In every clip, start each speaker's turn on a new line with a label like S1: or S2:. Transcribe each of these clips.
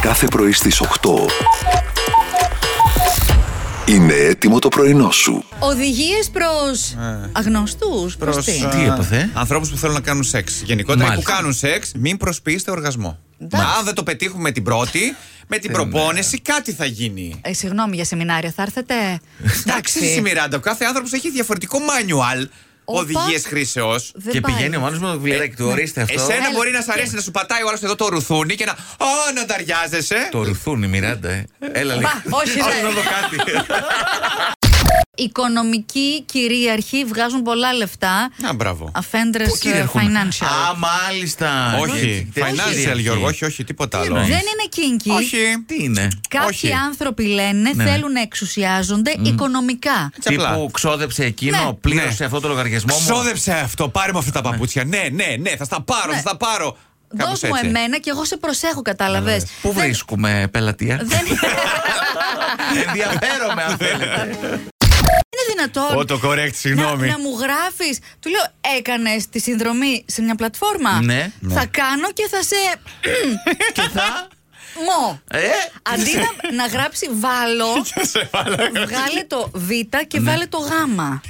S1: κάθε πρωί στις 8. Είναι έτοιμο το πρωινό σου.
S2: Οδηγίες προς.
S3: Ε.
S2: αγνωστού. Προς
S3: προς, ε,
S2: τι.
S3: α,
S4: Τι έπαθε?
S3: Ανθρώπους που θέλουν να κάνουν σεξ. Γενικότερα ή που
S4: Μάλιστα.
S3: κάνουν σεξ, μην προσποιείστε οργασμό.
S2: Εντάξει.
S3: Αν δεν το πετύχουμε την πρώτη, με την προπόνηση κάτι θα γίνει.
S2: Ε, συγγνώμη για σεμινάριο, θα έρθετε.
S3: Εντάξει, η Μιράντα, ο κάθε άνθρωπος έχει διαφορετικό manual
S2: Όπα.
S3: οδηγίε χρήσεως.
S2: Δεν
S4: και
S2: πάει.
S4: πηγαίνει ο μάνος με το βιβλιαράκι του. Ορίστε αυτό.
S3: Ε, ναι. Εσένα
S2: Έλα.
S3: μπορεί να σ' αρέσει να σου πατάει ο άλλο εδώ το ρουθούνι και να. Ω, να ταιριάζεσαι.
S4: Το ρουθούν η Μιράντα, ε. Έλα λίγο.
S2: Μπα, όχι,
S3: Άλλο
S2: δεν.
S3: να δω κάτι.
S2: Οικονομικοί κυρίαρχοι βγάζουν πολλά λεφτά.
S3: Να, μπράβο.
S2: Αφέντρες
S4: Πού κυριαρχούν?
S2: financial.
S4: Α, μάλιστα.
S3: Όχι,
S4: Γιατί,
S3: financial
S4: κυριαρχεί.
S3: Γιώργο, όχι, όχι, τίποτα άλλο.
S2: Δεν είναι κίνκι.
S3: Όχι.
S4: Τι είναι.
S2: Κάποιοι
S3: όχι.
S2: άνθρωποι λένε
S4: Ναι.
S2: θέλουν να εξουσιάζονται οικονομικά.
S3: Έτσι απλά.
S4: Τύπου ξόδεψε εκείνο,
S2: Ναι.
S4: πλήρωσε
S3: Ναι.
S4: αυτό το λογαριασμό μου.
S3: Ξόδεψε αυτό, πάρε μου αυτά τα παπούτσια. Ναι, ναι, ναι, θα στα πάρω,
S2: Ναι.
S3: θα τα πάρω. Κάπως
S2: Δώσ' μου
S3: έτσι.
S2: εμένα και εγώ σε προσέχω, κατάλαβες.
S4: Πού βρίσκουμε πελατεία.
S2: Δεν
S4: Ενδιαφέρομαι αν θέλετε.
S2: είναι δυνατόν.
S3: Ω, το correct,
S2: Να,
S3: συγγνώμη.
S2: να μου γράφεις. Του λέω, έκανες τη συνδρομή σε μια πλατφόρμα.
S4: Ναι.
S2: Θα κάνω και θα σε.
S4: Και θα.
S2: Μω.
S4: Ε,
S2: Αντί να, να γράψει βάλω,
S3: Σε βάλα.
S2: βγάλε το Β και βάλε το Γ.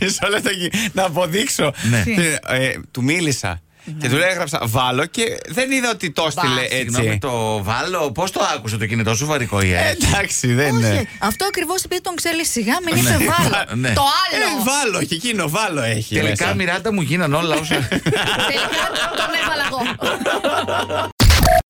S3: Μισό λεπτό εκεί, να αποδείξω.
S4: Ναι.
S3: Τι, ε, του μίλησα και του έγραψα βάλω και δεν είδα ότι το έστειλε
S4: Συγγνώμη,
S3: έτσι.
S4: το βάλω. Πώς το άκουσε το κινητό σου, βαρικό ή
S3: Ε,
S4: ε.
S3: Εντάξει, δεν είναι.
S2: Όχι, αυτό ακριβώς επειδή τον ξέρεις σιγά, μην είπε
S4: Ναι.
S2: βάλω.
S4: Ναι.
S2: Το
S3: Ε,
S2: άλλο.
S3: βάλω και εκείνο, βάλω έχει.
S4: Τελικά,
S3: μέσα.
S4: Μιράντα μου γίναν όλα όσα.
S2: Τελικά τον έβαλα εγώ.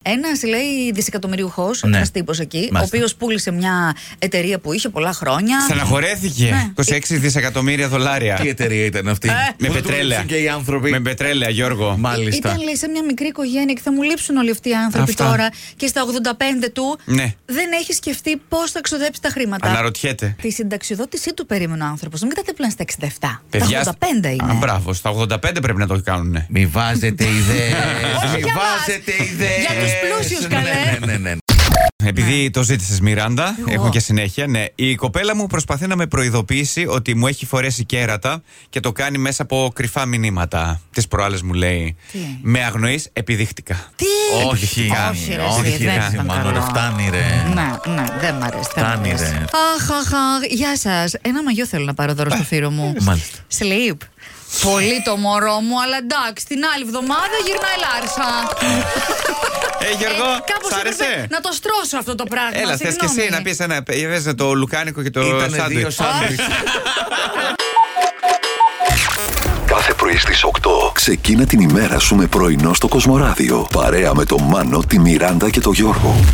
S2: Ένας λέει δισεκατομμυριούχος,
S4: Ναι.
S2: ένας τύπος εκεί, ο
S4: Μάλιστα.
S2: οποίος πούλησε μια εταιρεία που είχε πολλά χρόνια. Ναι.
S3: Στεναχωρέθηκε. 26 δισεκατομμύρια δολάρια.
S4: Τι εταιρεία ήταν
S2: Ε.
S4: αυτή.
S3: Με
S4: Πώς του
S3: πετρέλαια.
S4: λείψουν και οι άνθρωποι.
S3: Με πετρέλαια, Γιώργο.
S4: Μάλιστα.
S2: Ήταν λέει σε μια μικρή οικογένεια και θα μου λείψουν όλοι αυτοί οι άνθρωποι
S3: Αυτά.
S2: τώρα. Και στα 85 του
S3: Ναι.
S2: δεν έχεις σκεφτεί πώς θα ξοδέψει τα χρήματα.
S3: Αναρωτιέται.
S2: Τη συνταξιδότησή του περίμενε ο άνθρωπος. Μην κοιτάτε πλέον στα 67.
S3: Παιδιά,
S2: τα 85 είναι.
S3: Α, μπράβο, στα 85 πρέπει να το κάνουν. ναι.
S4: Μη βάζετε ιδέες.
S2: Όχι
S4: Μη
S2: για μας.
S4: βάζετε ιδέες.
S2: Για τους πλούσιους, καλές.
S4: Ναι, ναι, ναι.
S3: Επειδή το ζήτησες, Μιράντα,
S2: Ναι. Εγώ.
S3: έχω και συνέχεια. Ναι, η κοπέλα μου προσπαθεί να με προειδοποιήσει ότι μου έχει φορέσει κέρατα και το κάνει μέσα από κρυφά μηνύματα. Τις προάλλες μου λέει.
S2: Τι?
S3: Με αγνοείς, επιδείχτηκα. Ε,
S2: Τι!
S4: Όχι,
S2: όχι,
S4: κάνει.
S2: ρε,
S4: Όχι,
S2: δεν
S4: κάνει.
S2: ήταν
S4: Μάλλον
S2: καλό.
S4: φτάνει, ρε.
S2: Ναι, ναι, δεν μ' αρέσει. δεν μ'
S4: Φτάνει,
S2: αρέσει.
S4: ρε.
S2: Αχ, αχ, αχ. Γεια σας. Ένα μαγιό θέλω να πάρω δώρο στο θύρο μου.
S3: Ε,
S4: Μάλιστα.
S2: Sleep. Πολύ το μωρό μου, αλλά εντάξει, την άλλη εβδομάδα γυρνάει Λάρσα.
S3: Ε, Γιώργο,
S2: Ε, κάπως
S3: σ' άρεσε.
S2: έπρεπε να το στρώσω αυτό το πράγμα.
S3: Έλα, θες και
S2: συγγνώμη.
S3: εσύ να πεις ένα. Έβαζε το λουκάνικο και το
S4: Ήταν
S3: σάντουιτς.
S4: δύο σάντουιτς.
S1: Κάθε πρωί στις 8. Ξεκίνα την ημέρα σου με πρωινό στο Κοσμοράδιο. Παρέα με τον Μάνο, τη Μιράντα και τον Γιώργο.